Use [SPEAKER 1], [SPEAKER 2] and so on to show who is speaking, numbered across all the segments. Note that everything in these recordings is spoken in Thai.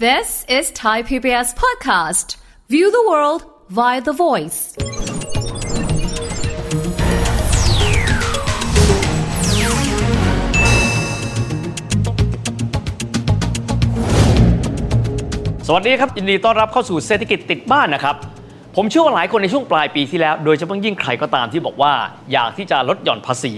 [SPEAKER 1] This is Thai PBS Podcast. View the world via the voice.
[SPEAKER 2] สวัสดีครับยินดีต้อนรับเข้าสู่เศรษฐกิจติดบ้านนะครับ ผมเชื่อว่าหลายคนในช่วงปลายปีที่แล้ว โดยเฉพาะยิ่งใครก็ตามที่บอกว่า อยากที่จะลดหย่อนภาษี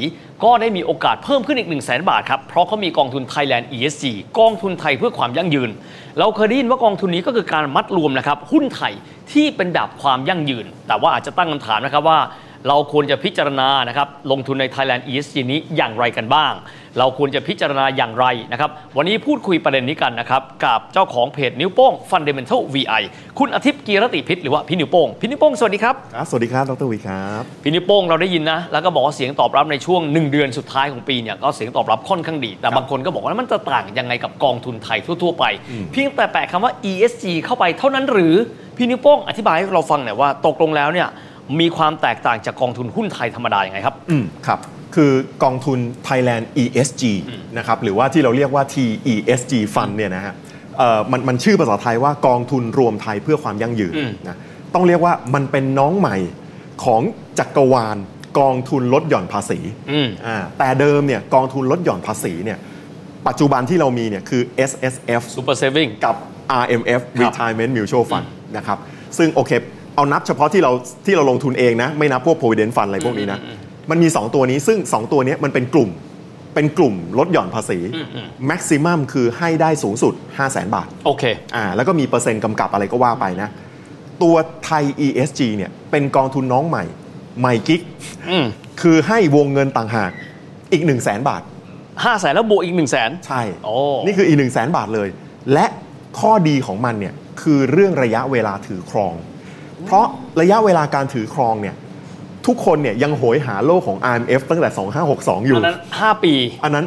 [SPEAKER 2] ก็ได้มีโอกาสเพิ่มขึ้นอีก 1 0 0 0 0แบาทครับ เพราะเขามีกองทุน Thailand ESG กองทุนไทยเพื่อความยั่งยืน เราเคยได้ยินว่ากองทุนนี้ก็คือการมัดรวมนะครับหุ้นไทยที่เป็นแบบความยั่งยืน แต่ว่าอาจจะตั้งคำถามนะครับว่า เราควรจะพิจารณานะครับลงทุนใน Thailand ESG นี้อย่างไรกันบ้าง เราควรจะพิจารณาอย่างไรนะครับ วันนี้พูดคุยประเด็นนี้กันนะครับ กับเจ้าของเพจนิ้วโป้ง Fundamental VI คุณอาทิตย์กีรติพิษหรือว่าพี่นิ้วโป้ง พี่นิ้วโป้งสวัสดีครับ
[SPEAKER 3] ครับสวัสดีครับ ดรวีครับ
[SPEAKER 2] พี่นิ้วโป้งเราได้ยินนะ แล้วก็บอกว่าเสียงตอบรับในช่วง 1 เดือนสุดท้ายของปีเนี่ยก็เสียงตอบรับค่อนข้างดี แต่บางคนก็บอกว่ามันจะต่างยังไงกับกองทุนไทยทั่วๆไป เพียงแต่แปะคำว่า ESG เข้าไปเท่านั้นหรือพี่นิ้วโป้งอธิบายให้เราฟังหน่อยว่าตกลงแล้วเนี่ยมีความแตกต่างจากกองทุนหุ้นไทยธรรมดายังไงครับ
[SPEAKER 3] อืม ครับ คือกองทุน Thailand ESG นะครับ หรือว่าที่เราเรียกว่า TESG Fund เนี่ยนะฮะเอ่อมันมันชื่อภาษาไทยว่ากองทุนรวมไทยเพื่อความยั่งยืน
[SPEAKER 2] อืม
[SPEAKER 3] นะ ต้องเรียกว่ามันเป็นน้องใหม่ของจักรวาลกองทุนลดหย่อนภาษี
[SPEAKER 2] อืม
[SPEAKER 3] อ่าแต่เดิมเนี่ยกองทุนลดหย่อนภาษีเนี่ยปัจจุบันที่เรามีเนี่ยคือ S S F
[SPEAKER 2] Super Saving
[SPEAKER 3] กับ RMF
[SPEAKER 2] ครับ
[SPEAKER 3] Retirement Mutual Fund นะครับ ซึ่งโอเค เอานับเฉพาะที่เราที่เราลงทุนเองนะ ไม่นับพวก provident fund อะไรพวกนี้นะ มันมี 2 ตัวนี้ซึ่ง 2 ตัวเนี้ยมันเป็นกลุ่ม เป็นกลุ่มลดหย่อนภาษี maximum คือให้ได้สูงสุด 5 0 0 0 0 0 บาท
[SPEAKER 2] โอเค
[SPEAKER 3] อ่าแล้วก็มีเปอร์เซ็นต์กำกับอะไรก็ว่าไปนะ ตัวไทย ESG เนี่ยเป็นกองทุนน้องใหม่ ใหม่กิ๊ก
[SPEAKER 2] อืม
[SPEAKER 3] คือให้วงเงินต่างหากอีก 1 0 0 0 0แสนบาท
[SPEAKER 2] ห้าแสนแล้วบวกอีกหนึ่งแสน
[SPEAKER 3] ใช่
[SPEAKER 2] โอ้
[SPEAKER 3] นี่คืออีก1 0 0 0 0แสนบาทเลย และข้อดีของมันเนี่ยคือเรื่องระยะเวลาถือครอง เพราะระยะเวลาการถือครองเนี่ยทุกคนเนี่ยยังโหยหาโลกของ IMF ตั้งแต่ 2562 อยู่
[SPEAKER 2] อันนั้นห้าปี
[SPEAKER 3] อันนั้น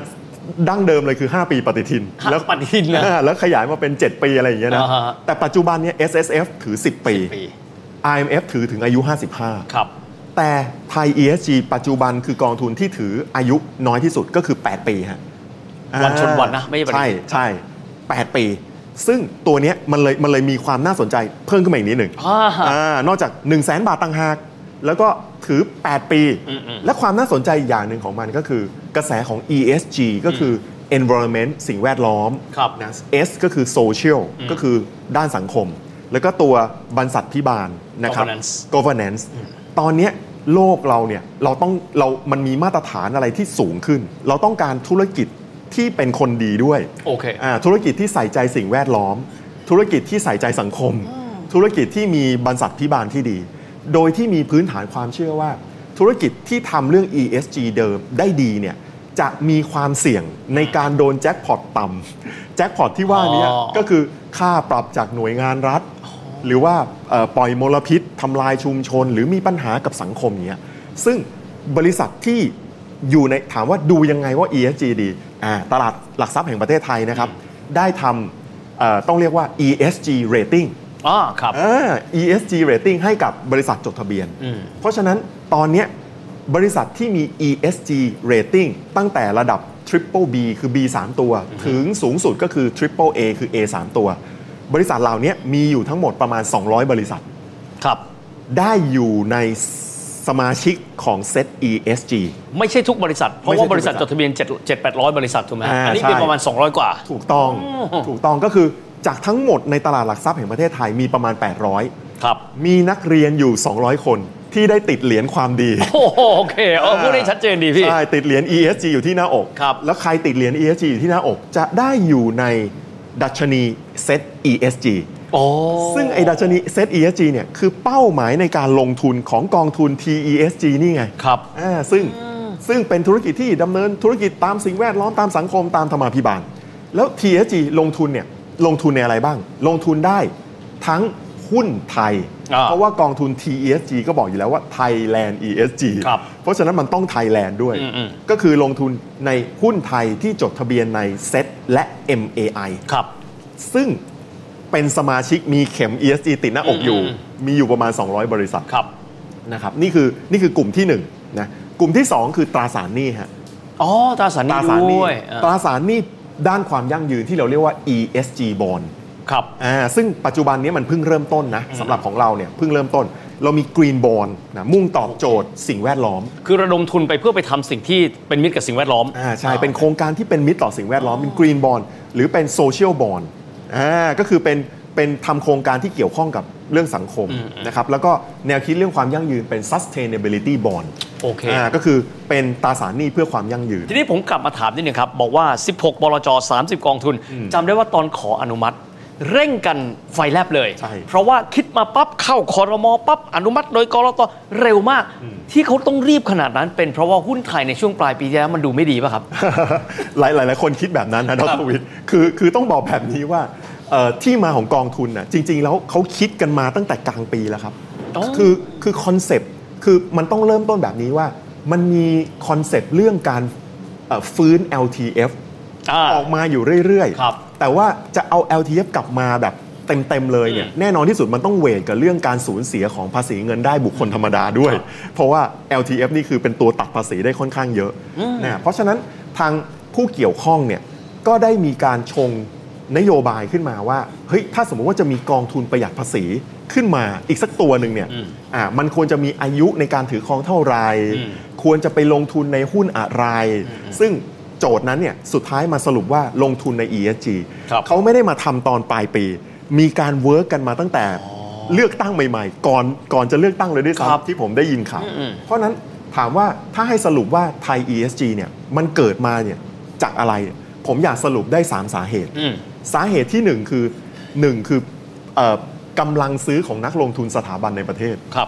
[SPEAKER 3] ดั้งเดิมเลยคือ 5 ปีปฏิทิน
[SPEAKER 2] ห้าปฏิทินนะ
[SPEAKER 3] อ่าแล้วขยายมาเป็น 7 ปีอะไรอย่างเงี้ยนะ
[SPEAKER 2] อ่าฮะ
[SPEAKER 3] แต่ปัจจุบันเนี่ย SSF ถือ 10 ปี
[SPEAKER 2] ปี
[SPEAKER 3] IMF ถือถึงอายุ
[SPEAKER 2] ครับ
[SPEAKER 3] 55 แต่ไทย ESG ปัจจุบันคือกองทุนที่ถืออายุน้อยที่สุดก็คือ 8 ปีฮะ
[SPEAKER 2] วันชนวันนะไม่ใช่ปฏิทิน
[SPEAKER 3] ใช่ใช่ 8 ปี ซึ่งตัวเนี้ยมันเลยมันเลยมีความน่าสนใจเพิ่มขึ้นมาอีกนิดหนึ่ง
[SPEAKER 2] อ่า
[SPEAKER 3] อ่านอกจาก 1 0 0 0 0แบาทต่างหาก แล้วก็ถือ 8 ปี
[SPEAKER 2] อืมอืม
[SPEAKER 3] และความน่าสนใจอีกอย่างหนึ่งของมันก็คือกระแสของ ESG ก็คือ environment สิ่งแวดล้อม
[SPEAKER 2] ครับ
[SPEAKER 3] นะ S ก็คือ social ก็คือด้านสังคม แล้วก็ตัวบรรษัทพิบาลนะครับ
[SPEAKER 2] Governance
[SPEAKER 3] governance ตอนเนี้ยโลกเราเนี่ยเราต้องเรา มันมีมาตรฐานอะไรที่สูงขึ้น เราต้องการธุรกิจที่เป็นคนดีด้วย
[SPEAKER 2] โอเค
[SPEAKER 3] อ่าธุรกิจที่ใส่ใจสิ่งแวดล้อม ธุรกิจที่ใส่ใจสังคม ธุรกิจที่มีบรรษัทพิบาลที่ดี โดยที่มีพื้นฐานความเชื่อว่า ธุรกิจที่ทำเรื่อง ESG เดิมได้ดีเนี่ยจะมีความเสี่ยงในการโดนแจ็คพอตต่ำแจ็คพอตที่ว่าเนี้
[SPEAKER 2] อ๋อ
[SPEAKER 3] ก็คือค่าปรับจากหน่วยงานรัฐ หรือว่าเอ่อปล่อยมลพิษทำลายชุมชน หรือมีปัญหากับสังคมเนี้ยซึ่งบริษัทที่อยู่ในถามว่าดูยังไงว่า ESG ดีอ่าตลาดหลักทรัพย์แห่งประเทศไทยนะครับ ได้ทำเอ่อต้องเรียกว่า ESG rating
[SPEAKER 2] อ่าครับ
[SPEAKER 3] อ่า ESG rating ให้กับบริษัทจดทะเบียน
[SPEAKER 2] อืม
[SPEAKER 3] เพราะฉะนั้นตอนเนี้ยบริษัทที่มี ESG rating ตั้งแต่ระดับ Triple B คือ B 3ตัว ถึงสูงสุดก็คือ Triple A คือ A 3ตัว บริษัทเหล่าเนี้ยมีอยู่ทั้งหมดประมาณ 200 บริษัท
[SPEAKER 2] ครับ
[SPEAKER 3] ได้อยู่ในสมาชิกของ Set ESG
[SPEAKER 2] ไม่ใช่ทุกบริษัท เพราะว่าบริษัทจดทะเบียน7 7 800 บริษัทถูกไหมฮะ
[SPEAKER 3] อ่า
[SPEAKER 2] อันนี้
[SPEAKER 3] ใช่
[SPEAKER 2] เป็นประมาณ 200 กว่า
[SPEAKER 3] ถูกต้อง
[SPEAKER 2] อ๋อ
[SPEAKER 3] ถูกต้องก็คือจากทั้งหมดในตลาดหลักทรัพย์แห่งประเทศไทยมีประมาณ 800
[SPEAKER 2] ครับ
[SPEAKER 3] มีนักเรียนอยู่ 200 คนที่ได้ติดเหรียญความดี
[SPEAKER 2] โอ้โหโอเคเออพูดได้ชัดเจนดีพี่
[SPEAKER 3] ใช่ ติดเหรียญ ESG อยู่ที่หน้าอก
[SPEAKER 2] ครับ
[SPEAKER 3] แล้วใครติดเหรียญ ESG อยู่ที่หน้าอก จะได้อยู่ในดัชนี Set ESG
[SPEAKER 2] โอ้
[SPEAKER 3] ซึ่งไอ้ดัชนี Set ESG เนี่ยคือเป้าหมายในการลงทุนของกองทุน TESG นี่ไง
[SPEAKER 2] ครับ
[SPEAKER 3] อ่าซึ่งซึ่งเป็นธุรกิจที่ดำเนินธุรกิจตามสิ่งแวดล้อมตามสังคมตามธรรมาภิบาล แล้ว TESG ลงทุนเนี่ยลงทุนในอะไรบ้าง ลงทุนได้ทั้งหุ้นไทย
[SPEAKER 2] อ่า
[SPEAKER 3] เพราะว่ากองทุน TESG ก็บอกอยู่แล้วว่า Thailand ESG
[SPEAKER 2] ครับ
[SPEAKER 3] เพราะฉะนั้นมันต้อง Thailand ด้วย
[SPEAKER 2] อืม
[SPEAKER 3] ก็คือลงทุนในหุ้นไทยที่จดทะเบียนใน SET และ MAI
[SPEAKER 2] ครับ
[SPEAKER 3] ซึ่งเป็นสมาชิกมีเข็ม ESG ติดหน้าอกอยู่ มีอยู่ประมาณ 200 บริษัท
[SPEAKER 2] ครับ
[SPEAKER 3] นะครับนี่คือนี่คือกลุ่มที่1นะกลุ่มที่ 2 คือตราสารหนี้ฮะ
[SPEAKER 2] อ๋อตราสารห
[SPEAKER 3] ต
[SPEAKER 2] นี้
[SPEAKER 3] ราสารหนี้
[SPEAKER 2] ด้วยอ่า
[SPEAKER 3] ตราสารหนี้ด้านความยั่งยืนที่เราเรียกว่า ESG bond
[SPEAKER 2] ครับ
[SPEAKER 3] อ่าซึ่งปัจจุบันนี้มันเพิ่งเริ่มต้นนะสำหรับของเราเนี่ยเพิ่งเริ่มต้น เรามี Green Bond นะมุ่งตอบโจทย์สิ่งแวดล้อม
[SPEAKER 2] คือระดมทุนไปเพื่อไปทำสิ่งที่เป็นมิตรกับสิ่งแวดล้อม
[SPEAKER 3] อ่าใช่เป็นโครงการที่เป็นมิตรต่อสิ่งแวดล้อมเป็น Green Bond หรือเป็น Social Bond อ่าก็คือเป็นเป็นทำโครงการที่เกี่ยวข้องกับเรื่องสังคมนะครับแล้วก็แนวคิดเรื่องความยั่งยืนเป็น sustainability bond
[SPEAKER 2] โอเค
[SPEAKER 3] าก็คือเป็นตราสารหนี้เพื่อความยั่ง ยืน
[SPEAKER 2] ทีนี้ผมกลับมาถามนิดนึงครับ บอกว่า 16 บลจ 30 กองทุนจำได้ว่าตอนขออนุมัติ เร่งกันไฟแลบเลย
[SPEAKER 3] ใช่
[SPEAKER 2] เพราะว่าคิดมาปั๊บเข้าคอรมอปั๊บอนุมัติโดยกรตเร็วมาก ที่เขาต้องรีบขนาดนั้น เป็นเพราะว่าหุ้นไทยในช่วงปลายปีที่แล้วมันดูไม่ดีป่ะครับ
[SPEAKER 3] หลายหลายหลายคนคิดแบบนั้นนะดรวิทย์คือคือต้องบอกแบบนี้ว่าเอ่อที่มาของกองทุนน่ะจริง ๆ แล้วเขาคิดกันมาตั้งแต่กลางปีแล้วครับ
[SPEAKER 2] อ๋อ
[SPEAKER 3] คือคือคอนเซปต์คือมันต้องเริ่มต้นแบบนี้ว่า มันมีคอนเซปต์เรื่องการเอ่อฟื้น LTF
[SPEAKER 2] อ่า
[SPEAKER 3] ออกมาอยู่เรื่อย
[SPEAKER 2] ครับ
[SPEAKER 3] ๆ แต่ว่าจะเอา LTF กลับมาแบบเต็ม ๆ เลยเนี่ย
[SPEAKER 2] อืม
[SPEAKER 3] แน่นอนที่สุดมันต้องเวทกับเรื่องการสูญเสียของภาษีเงินได้บุคคลธรรมดาด้วย
[SPEAKER 2] ครับ
[SPEAKER 3] เพราะว่า LTF นี่คือเป็นตัวตัดภาษีได้ค่อนข้างเยอะนะเพราะฉะนั้นทางผู้เกี่ยวข้องเนี่ยก็ได้มีการชงนโยบายขึ้นมาว่าเฮ้ยถ้าสมมุติว่าจะมีกองทุนประหยัดภาษีขึ้นมาอีกสักตัวหนึ่งเนี่ย
[SPEAKER 2] อืม
[SPEAKER 3] อ่ามันควรจะมีอายุในการถือครองเท่าไหร่
[SPEAKER 2] อืม
[SPEAKER 3] ควรจะไปลงทุนในหุ้นอะไร ซึ่งโจทย์นั้นเนี่ยสุดท้ายมาสรุปว่าลงทุนใน ESG
[SPEAKER 2] ครับ
[SPEAKER 3] เขาไม่ได้มาทำตอนปลายปี มีการเวิร์กกันมาตั้งแต่เลือกตั้งใหม่ๆ ก่อนก่อนจะเลือกตั้งเลยด้วย
[SPEAKER 2] ครับ
[SPEAKER 3] ซ้ำที่ผมได้ยินข่าว
[SPEAKER 2] อืม
[SPEAKER 3] เพราะฉะนั้นถามว่าถ้าให้สรุปว่าไทย ESG เนี่ยมันเกิดมาเนี่ยจากอะไร ผมอยากสรุปได้ 3 สาเหตุ
[SPEAKER 2] อืม
[SPEAKER 3] สาเหตุที่ 1 คือ 1 คือเออกำลังซื้อของนักลงทุนสถาบันในประเทศ
[SPEAKER 2] ครับ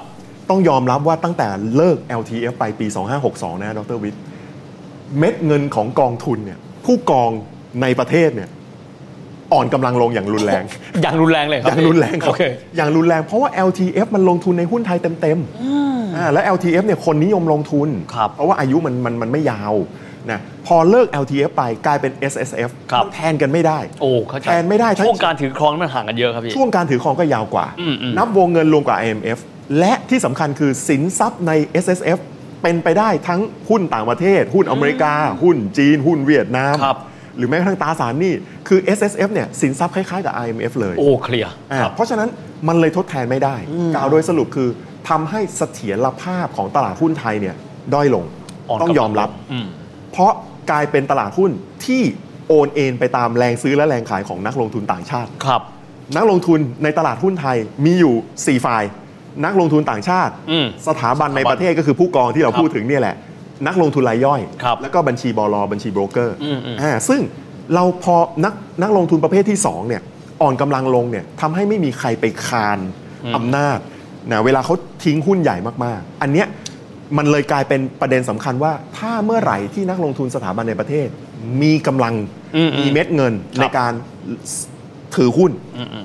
[SPEAKER 3] ต้องยอมรับว่าตั้งแต่เลิก LTF ไปปี 2562 นะฮะดรวิทย์เม็ดเงินของกองทุนเนี่ยผู้กองในประเทศเนี่ยอ่อนกำลังลงอย่างรุนแรง
[SPEAKER 2] อย่างรุนแรงเลยครั
[SPEAKER 3] อบ ย่างรุนแรงครับ
[SPEAKER 2] โอเค
[SPEAKER 3] อย่างรุนแรงเพราะว่า LTF มันลงทุนในหุ้นไทยเต็มๆอ่าแล้ว LTF เนี่ยคนนิยมลงทุน
[SPEAKER 2] ครับ
[SPEAKER 3] เพราะว่าอายุมันมันมันไม่ยาวนะพอเลิก LTF ไปกลายเป็น SSF
[SPEAKER 2] ครับ
[SPEAKER 3] มันแทนกันไม่ได้
[SPEAKER 2] โอ้เข้าใจ
[SPEAKER 3] แทนไม่ได้ทั้ง
[SPEAKER 2] ช่วงการถือครองมันห่างกันเยอะครับพี่
[SPEAKER 3] ช่วงการถือครองก็ยาวกว่า
[SPEAKER 2] อืมอืม
[SPEAKER 3] นับวงเงินรวมกว่า IMF และที่สำคัญคือสินทรัพย์ใน SSF เป็นไปได้ทั้งหุ้นต่างประเทศ หุ้นอเมริกา หุ้นจีน หุ้นเวียดนาม
[SPEAKER 2] ครับ
[SPEAKER 3] หรือแม้กระทั่งตราสารหนี้คือ SSF เนี่ยสินทรัพย์คล้ายๆกับ IMF เลย
[SPEAKER 2] โอ้เคลียร์
[SPEAKER 3] อ่า
[SPEAKER 2] ครับ
[SPEAKER 3] เพราะฉะนั้นมันเลยทดแทนไม่ได้ กล่าวโดยสรุปคือทำให้เสถียรภาพของตลาดหุ้นไทยเนี่ยด้อยลง
[SPEAKER 2] อ่อน
[SPEAKER 3] ต้องยอมรับ
[SPEAKER 2] อืม
[SPEAKER 3] เพราะกลายเป็นตลาดหุ้นที่โอนเอ็นไปตามแรงซื้อและแรงขายของนักลงทุนต่างชาติ
[SPEAKER 2] ครับ
[SPEAKER 3] นักลงทุนในตลาดหุ้นไทยมีอยู่ 4 ฝ่าย นักลงทุนต่างชาติ
[SPEAKER 2] อืม
[SPEAKER 3] สถาบันในประเทศก็คือผู้กองที่เรา
[SPEAKER 2] ครับ
[SPEAKER 3] พูดถึงเนี่ยแหละ นักลงทุนรายย่อย
[SPEAKER 2] ครับ
[SPEAKER 3] แล้วก็บัญชีบลบัญชีโบรกเกอร์
[SPEAKER 2] อืมอืม
[SPEAKER 3] อ่าซึ่งเราพอนักนักลงทุนประเภทที่ 2 เนี่ย อ่อนกำลังลงเนี่ยทำให้ไม่มีใครไปคานอำนาจนะเวลาเขาทิ้งหุ้นใหญ่มากๆ อันเนี้ยมันเลยกลายเป็นประเด็นสำคัญว่า ถ้าเมื่อไหร่ที่นักลงทุนสถาบันในประเทศ มีกำลัง
[SPEAKER 2] อืมอืม
[SPEAKER 3] มีเม็ดเงินในการ ถือหุ้น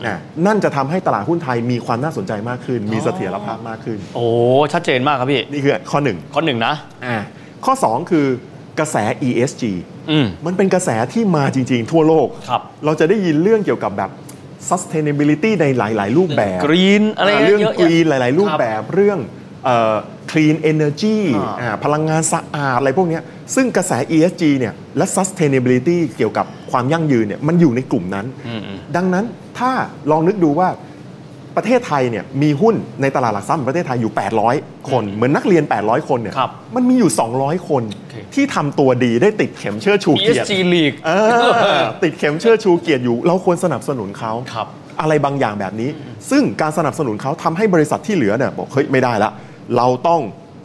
[SPEAKER 3] นะนั่นจะทำให้ตลาดหุ้นไทยมีความน่าสนใจมากขึ้น มีเสถียรภาพมากขึ้น
[SPEAKER 2] โอ้ชัดเจนมากครับพี่
[SPEAKER 3] นี่คือข้อหนึ่ง
[SPEAKER 2] ข้อหนึ่งนะ
[SPEAKER 3] อ่าข้อ 2 คือกระแส ESG
[SPEAKER 2] อืม
[SPEAKER 3] มันเป็นกระแสที่มาจริง ๆ ทั่วโลก
[SPEAKER 2] ครับ
[SPEAKER 3] เราจะได้ยินเรื่องเกี่ยวกับแบบ sustainability ในหลาย ๆ รูปแบบ
[SPEAKER 2] กรีนอะไร
[SPEAKER 3] อ่าเรื่อง
[SPEAKER 2] ยะ
[SPEAKER 3] ก
[SPEAKER 2] แยะ
[SPEAKER 3] รีนหลาย ๆ รูปแบบ เรื่องเอ่อ clean energy
[SPEAKER 2] อ่า
[SPEAKER 3] อ่าพลังงานสะอาดอะไรพวกเนี้ยซึ่งกระแส ESG เนี่ยและ sustainability เกี่ยวกับความยั่งยืนเนี่ยมันอยู่ในกลุ่มนั้น ดังนั้นถ้าลองนึกดูว่าประเทศไทยเนี่ยมีหุ้นในตลาดหลักทรัพย์ของประเทศไทยอยู่ 800 คน เหมือนนักเรียน 800 คนเนี่ย
[SPEAKER 2] ครับ
[SPEAKER 3] มันมีอยู่ 200 คน
[SPEAKER 2] โอเค
[SPEAKER 3] ที่ทำตัวดีได้ติดเข็มเชิดชูเกียรติ
[SPEAKER 2] ESG League
[SPEAKER 3] เออติดเข็มเชิดชูเกียรติอยู่ เราควรสนับสนุนเขา
[SPEAKER 2] ครับ
[SPEAKER 3] อะไรบางอย่างแบบนี้ ซึ่งการสนับสนุนเขาทำให้บริษัทที่เหลือเนี่ยบอกเฮ้ยไม่ได้ละ เราต้อง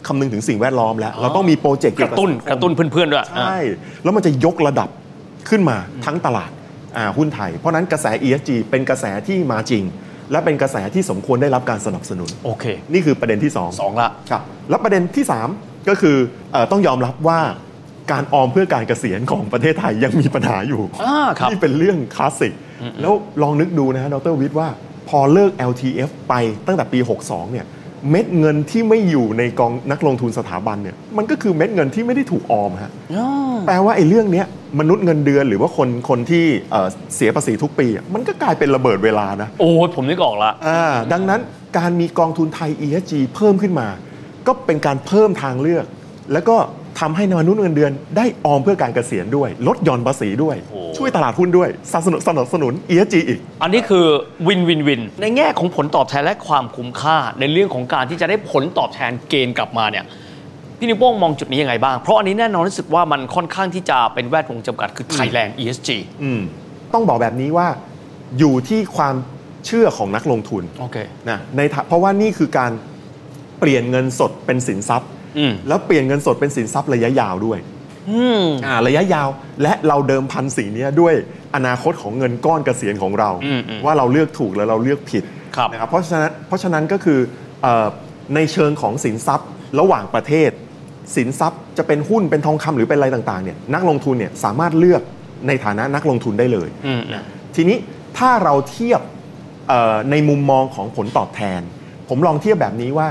[SPEAKER 3] คำนึงถึงสิ่งแวดล้อมแล้ว เราต้องมีโปรเจกต์
[SPEAKER 2] ก
[SPEAKER 3] เกี่ย
[SPEAKER 2] ระ
[SPEAKER 3] วบ
[SPEAKER 2] ตุ้น
[SPEAKER 3] สังคม
[SPEAKER 2] กระตุ้นเพื่อนๆด้วยอ่า
[SPEAKER 3] ใช่ แล้วมันจะยกระดับขึ้นมาทั้งตลาดอ่าหุ้นไทย เพราะฉะนั้นกระแส ESG เป็นกระแสที่มาจริง และเป็นกระแสที่สมควรได้รับการสนับสนุน
[SPEAKER 2] โอเค
[SPEAKER 3] นี่คือประเด็นที่สอง
[SPEAKER 2] สองละ
[SPEAKER 3] ครับแล้วประเด็นที่ 3 ก็คือเออต้องยอมรับว่าการออมเพื่อการเกษียณของประเทศไทยยังมีปัญหาอยู่
[SPEAKER 2] อ่าครับ
[SPEAKER 3] นี่เป็นเรื่องคลาสสิก แล้วลองนึกดูนะฮะดรวิทย์ว่าพอเลิก LTF ไปตั้งแต่ปี 62 เนี่ย เม็ดเงินที่ไม่อยู่ในกองนักลงทุนสถาบันเนี่ยมันก็คือเม็ดเงินที่ไม่ได้ถูกออมฮะ
[SPEAKER 2] อ๋อ
[SPEAKER 3] แปลว่าไอ้เรื่องเนี้ยมนุษย์เงินเดือนหรือว่าคนคนที่เอ่อเสียภาษีทุกปีอะมันก็กลายเป็นระเบิดเวลานะ
[SPEAKER 2] โอ้ยผมนึกออกละ
[SPEAKER 3] อ่าดังนั้นการมีกองทุนไทย ESG เพิ่มขึ้นมา ก็เป็นการเพิ่มทางเลือก แล้วก็ ทำให้มนุษย์เงินเดือนได้ออมเพื่อการเกษียณด้วย ลดหย่อนภาษีด้วย
[SPEAKER 2] โอ้โห
[SPEAKER 3] ช่วยตลาดหุ้นด้วยสนับสนุนสนับสนุน ESG อีก
[SPEAKER 2] อันนี้คือวินวินวิน ในแง่ของผลตอบแทนและความคุ้มค่า ในเรื่องของการที่จะได้ผลตอบแทนเกณฑ์กลับมาเนี่ยพี่นิวโป้งมองจุดนี้ยังไงบ้าง เพราะอันนี้แน่นอนรู้สึกว่ามันค่อนข้างที่จะเป็นแวดวงจำกัดคือไทยแลนด์ ESG
[SPEAKER 3] อืมต้องบอกแบบนี้ว่าอยู่ที่ความเชื่อของนักลงทุน
[SPEAKER 2] โอเค
[SPEAKER 3] นะในฐาเพราะว่านี่คือการเปลี่ยนเงินสดเป็นสินทรัพย์
[SPEAKER 2] อืม
[SPEAKER 3] แล้วเปลี่ยนเงินสดเป็นสินทรัพย์ระยะยาวด้วย
[SPEAKER 2] อืม
[SPEAKER 3] อ่าระยะยาวและเราเดิมพันสิ่งเนี้ยด้วยอนาคตของเงินก้อนเกษียณของเรา
[SPEAKER 2] อืมอืม
[SPEAKER 3] ว่าเราเลือกถูกแล้วเราเลือกผิด
[SPEAKER 2] ครับ
[SPEAKER 3] นะครับเพราะฉะนั้นเพราะฉะนั้นก็คือเอ่อในเชิงของสินทรัพย์ระหว่างประเทศ สินทรัพย์จะเป็นหุ้นเป็นทองคำหรือเป็นอะไรต่างๆเนี่ยนักลงทุนเนี่ยสามารถเลือกในฐานะนักลงทุนได้เลย
[SPEAKER 2] อืม
[SPEAKER 3] ทีนี้ถ้าเราเทียบเอ่อในมุมมองของผลตอบแทน ผมลองเทียบแบบนี้ว่า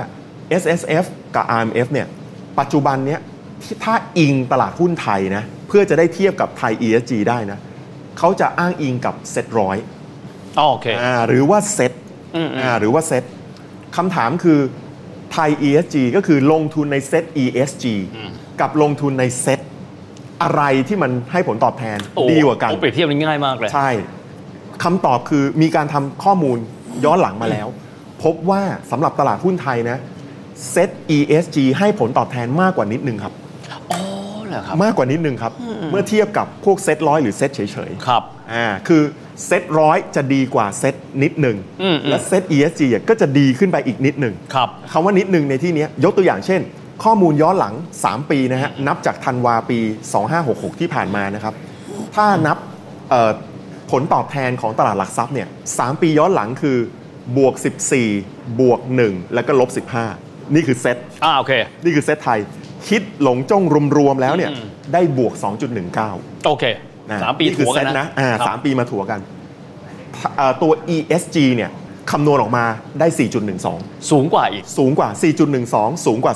[SPEAKER 3] S S F กับ R M F เนี่ยปัจจุบันเนี่ยที่ถ้าอิงตลาดหุ้นไทยนะเพื่อจะได้เทียบกับไทย E S G ได้นะเขาจะอ้างอิงกับเซ็ตร้อย
[SPEAKER 2] อ๋อโอเค
[SPEAKER 3] หรือว่าเซ็ต
[SPEAKER 2] อืมอืม
[SPEAKER 3] หรือว่าเซ็ตคำถามคือไทย E S G ก็คือลงทุนในเซ็ต E S G กับลงทุนในเซ็ตอะไรที่มันให้ผลตอบแทน
[SPEAKER 2] โอ้
[SPEAKER 3] ดีกว่ากัน
[SPEAKER 2] โอ้เปรียบเทียบนี่ง่ายมาก เลย
[SPEAKER 3] ใช่คำตอบคือมีการทำข้อมูลย้อนหลังมาแล้ว พบว่าสำหรับตลาดหุ้นไทยนะเซต ESG ให้ผลตอบแทนมากกว่านิดนึงครับ
[SPEAKER 2] อ๋อเหรอครับ
[SPEAKER 3] มากกว่านิดนึงครับ เมื่อเทียบกับพวกเซตร้อยหรือเซตเฉย
[SPEAKER 2] ครับ
[SPEAKER 3] ๆอ่าคือเซตร้อยจะดีกว่าเซตนิดหนึ่ง
[SPEAKER 2] อืมอืม
[SPEAKER 3] และเซต ESG อ่ะก็จะดีขึ้นไปอีกนิดหนึ่ง
[SPEAKER 2] ครับ
[SPEAKER 3] คำว่านิดนึงในที่เนี้ยยกตัวอย่างเช่น ข้อมูลย้อนหลัง 3 ปีนะฮะ นับจากธันวาปี 2566 ที่ผ่านมานะครับ ถ้านับเอ่อผลตอบแทนของตลาดหลักทรัพย์เนี่ย3ปีย้อนหลังคือบวก 14 บวก 1 แล้วก็ลบ 15 นี่คือเซต
[SPEAKER 2] อ่าโอเค
[SPEAKER 3] นี่คือเซตไทย คิดหลงจ้องรวมๆแล้วเนี่ย
[SPEAKER 2] อืม
[SPEAKER 3] ได้บวก 2.19
[SPEAKER 2] โอเคสามปี
[SPEAKER 3] คือ
[SPEAKER 2] ถัวกัน
[SPEAKER 3] เซ็
[SPEAKER 2] นะ
[SPEAKER 3] อ่า
[SPEAKER 2] ครับ
[SPEAKER 3] สามปีมาถัวกันถ้าเอ่อตัว ESG เนี่ยคำนวณออกมาได้ 4.12
[SPEAKER 2] สูงกว่าอีก
[SPEAKER 3] สูงกว่า 4.12 สูงกว่า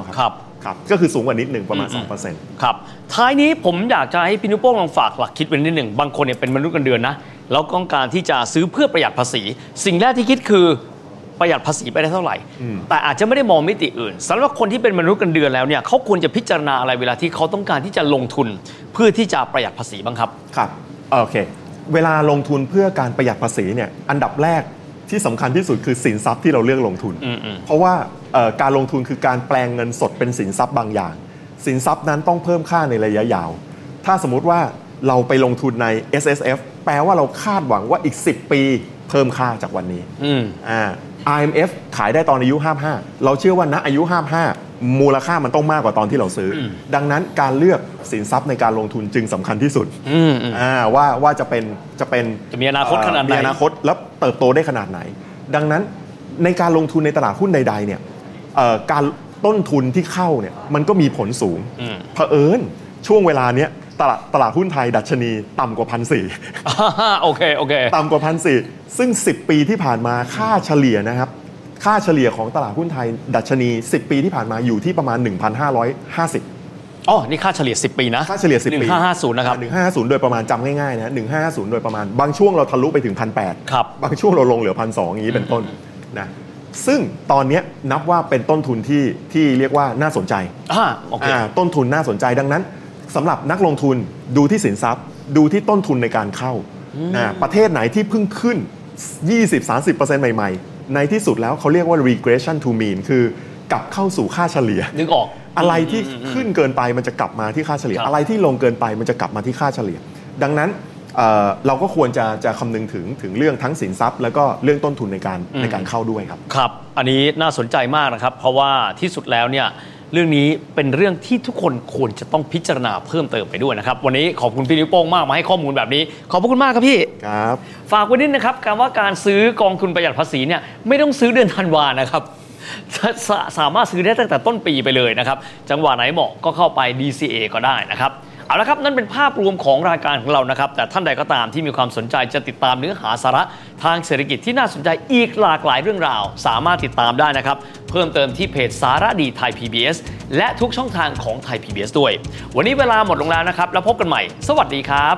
[SPEAKER 3] 2.19 ครับ
[SPEAKER 2] ครับ
[SPEAKER 3] ครับ ก็คือสูงกว่านิดหนึ่งประมาณ
[SPEAKER 2] อืม
[SPEAKER 3] 2%
[SPEAKER 2] ครับ ท้ายนี้ผมอยากจะให้พี่นุโป้งลองฝากหลักคิดไว้นิดหนึ่ง บางคนเนี่ยเป็นมนุษย์กันเดือนนะ แล้วต้องการที่จะซื้อเพื่อประหยัดภาษี สิ่งแรกที่คิดคือประหยัดภาษีไปได้เท่าไหร่ แต่อาจจะไม่ได้มองมิติอื่นสำหรับคนที่เป็นมนุษย์กันเดือนแล้วเนี่ยเขาควรจะพิจารณาอะไรเวลาที่เขาต้องการที่จะลงทุน เพื่อที่จะประหยัดภาษีบ้างครับ
[SPEAKER 3] ครับ โอเค เวลาลงทุนเพื่อการประหยัดภาษีเนี่ย อันดับแรกที่สำคัญที่สุดคือสินทรัพย์ที่เราเลือกลงทุน
[SPEAKER 2] อืม
[SPEAKER 3] เพราะว่าเอ่อการลงทุนคือการแปลงเงินสดเป็นสินทรัพย์บางอย่าง สินทรัพย์นั้นต้องเพิ่มค่าในระยะยาว ถ้าสมมุติว่าเราไปลงทุนใน S S F แปลว่าเราคาดหวังว่าอีก 10 ปีเพิ่มค่าจากวันนี้
[SPEAKER 2] อืม
[SPEAKER 3] อ่า IMF ขายได้ตอนอายุ 55 เราเชื่อว่าณอายุ 55 มูลค่ามันต้องมากกว่าตอนที่เราซื้ออดังนั้นการเลือกสินทรัพย์ในการลงทุนจึงสำคัญที่สุด
[SPEAKER 2] อืมอืม
[SPEAKER 3] อ่าว่าว่าจะเป็นจะเป็น
[SPEAKER 2] จะมีอนาคตขนาดไหน
[SPEAKER 3] เอ่อมีอนาคตแล้วเติบโตได้ขนาดไหน ดังนั้นในการลงทุนในตลาดหุ้นใด ๆ เนี่ยเอ่อการต้นทุนที่เข้าเนี่ยมันก็มีผลสูง
[SPEAKER 2] อืม
[SPEAKER 3] เผอิญช่วงเวลาเนี้ยตลาดตลาดหุ้นไทยดัชนีต่ำกว่าพันสี่
[SPEAKER 2] โอเค โอเค
[SPEAKER 3] ต่ำกว่าพันสี่ซึ่ง 10 ปีที่ผ่านมาค่าเฉลี่ยนะครับ ค่าเฉลี่ยของตลาดหุ้นไทย ดัชนี 10 ปีที่ผ่านมาอยู่ที่ประมาณ 1,550
[SPEAKER 2] อ๋อ นี่ค่าเฉลี่ย 10 ปีนะ
[SPEAKER 3] ค่าเฉลี่ย 10 ปี
[SPEAKER 2] 1550 นะครับ
[SPEAKER 3] 1,550 โดยประมาณจำง่ายๆนะ1,550 โดยประมาณ บางช่วงเราทะลุไปถึง 1,800
[SPEAKER 2] ครับ
[SPEAKER 3] บางช่วงเราลงเหลือ 1,200 อย่างนี้เป็นต้นนะซึ่งตอนเนี้ยนับว่าเป็นต้นทุนที่ที่เรียกว่าน่าสนใจ
[SPEAKER 2] อ่าโอเค
[SPEAKER 3] อ่าต้นทุนน่าสนใจดังนั้นสำหรับนักลงทุนดูที่สินทรัพย์ ดูที่ต้นทุนในการเข้าอ่าประเทศไหนที่เพิ่งขึ้น 20-30%ใหม่ ๆ ในที่สุดแล้วเขาเรียกว่า regression to mean คือกลับเข้าสู่ค่าเฉลี่ย
[SPEAKER 2] นึกออก
[SPEAKER 3] อะไรที่ขึ้นเกินไปมันจะกลับมาที่ค่าเฉลี่ย
[SPEAKER 2] ครับ
[SPEAKER 3] อะไรที่ลงเกินไปมันจะกลับมาที่ค่าเฉลี่ย ดังนั้นเอ่อเราก็ควรจะจะคำนึงถึงถึงเรื่องทั้งสินทรัพย์ แล้วก็เรื่องต้นทุนในการในการเข้าด้วยครับ
[SPEAKER 2] ครับ อันนี้น่าสนใจมากนะครับ เพราะว่าที่สุดแล้วเนี่ยเรื่องนี้เป็นเรื่องที่ทุกคนควรจะต้องพิจารณาเพิ่มเติมไปด้วยนะครับ วันนี้ขอบคุณพี่นิ้วโป้งมากมาให้ข้อมูลแบบนี้ ขอบพระคุณมากครับพี่
[SPEAKER 3] ครับ
[SPEAKER 2] ฝากไว้นิดนะครับการว่าการซื้อกองทุนประหยัดภาษีเนี่ยไม่ต้องซื้อเดือนธันวานะครับ สสสามารถซื้อได้ตั้งแต่ต้นปีไปเลยนะครับ จังหวะไหนเหมาะก็เข้าไป DCA ก็ได้นะครับ เอาละครับ นั่นเป็นภาพรวมของรายการของเรานะครับ แต่ท่านใดก็ตามที่มีความสนใจจะติดตามเนื้อหาสาระทางเศรษฐกิจที่น่าสนใจอีกหลากหลายเรื่องราว สามารถติดตามได้นะครับ เพิ่มเติมที่เพจสาระดีไทย PBS และทุกช่องทางของไทย PBS ด้วย วันนี้เวลาหมดลงแล้วนะครับ แล้วพบกันใหม่ สวัสดีครับ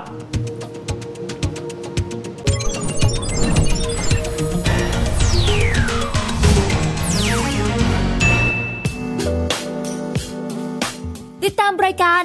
[SPEAKER 1] ติดตาม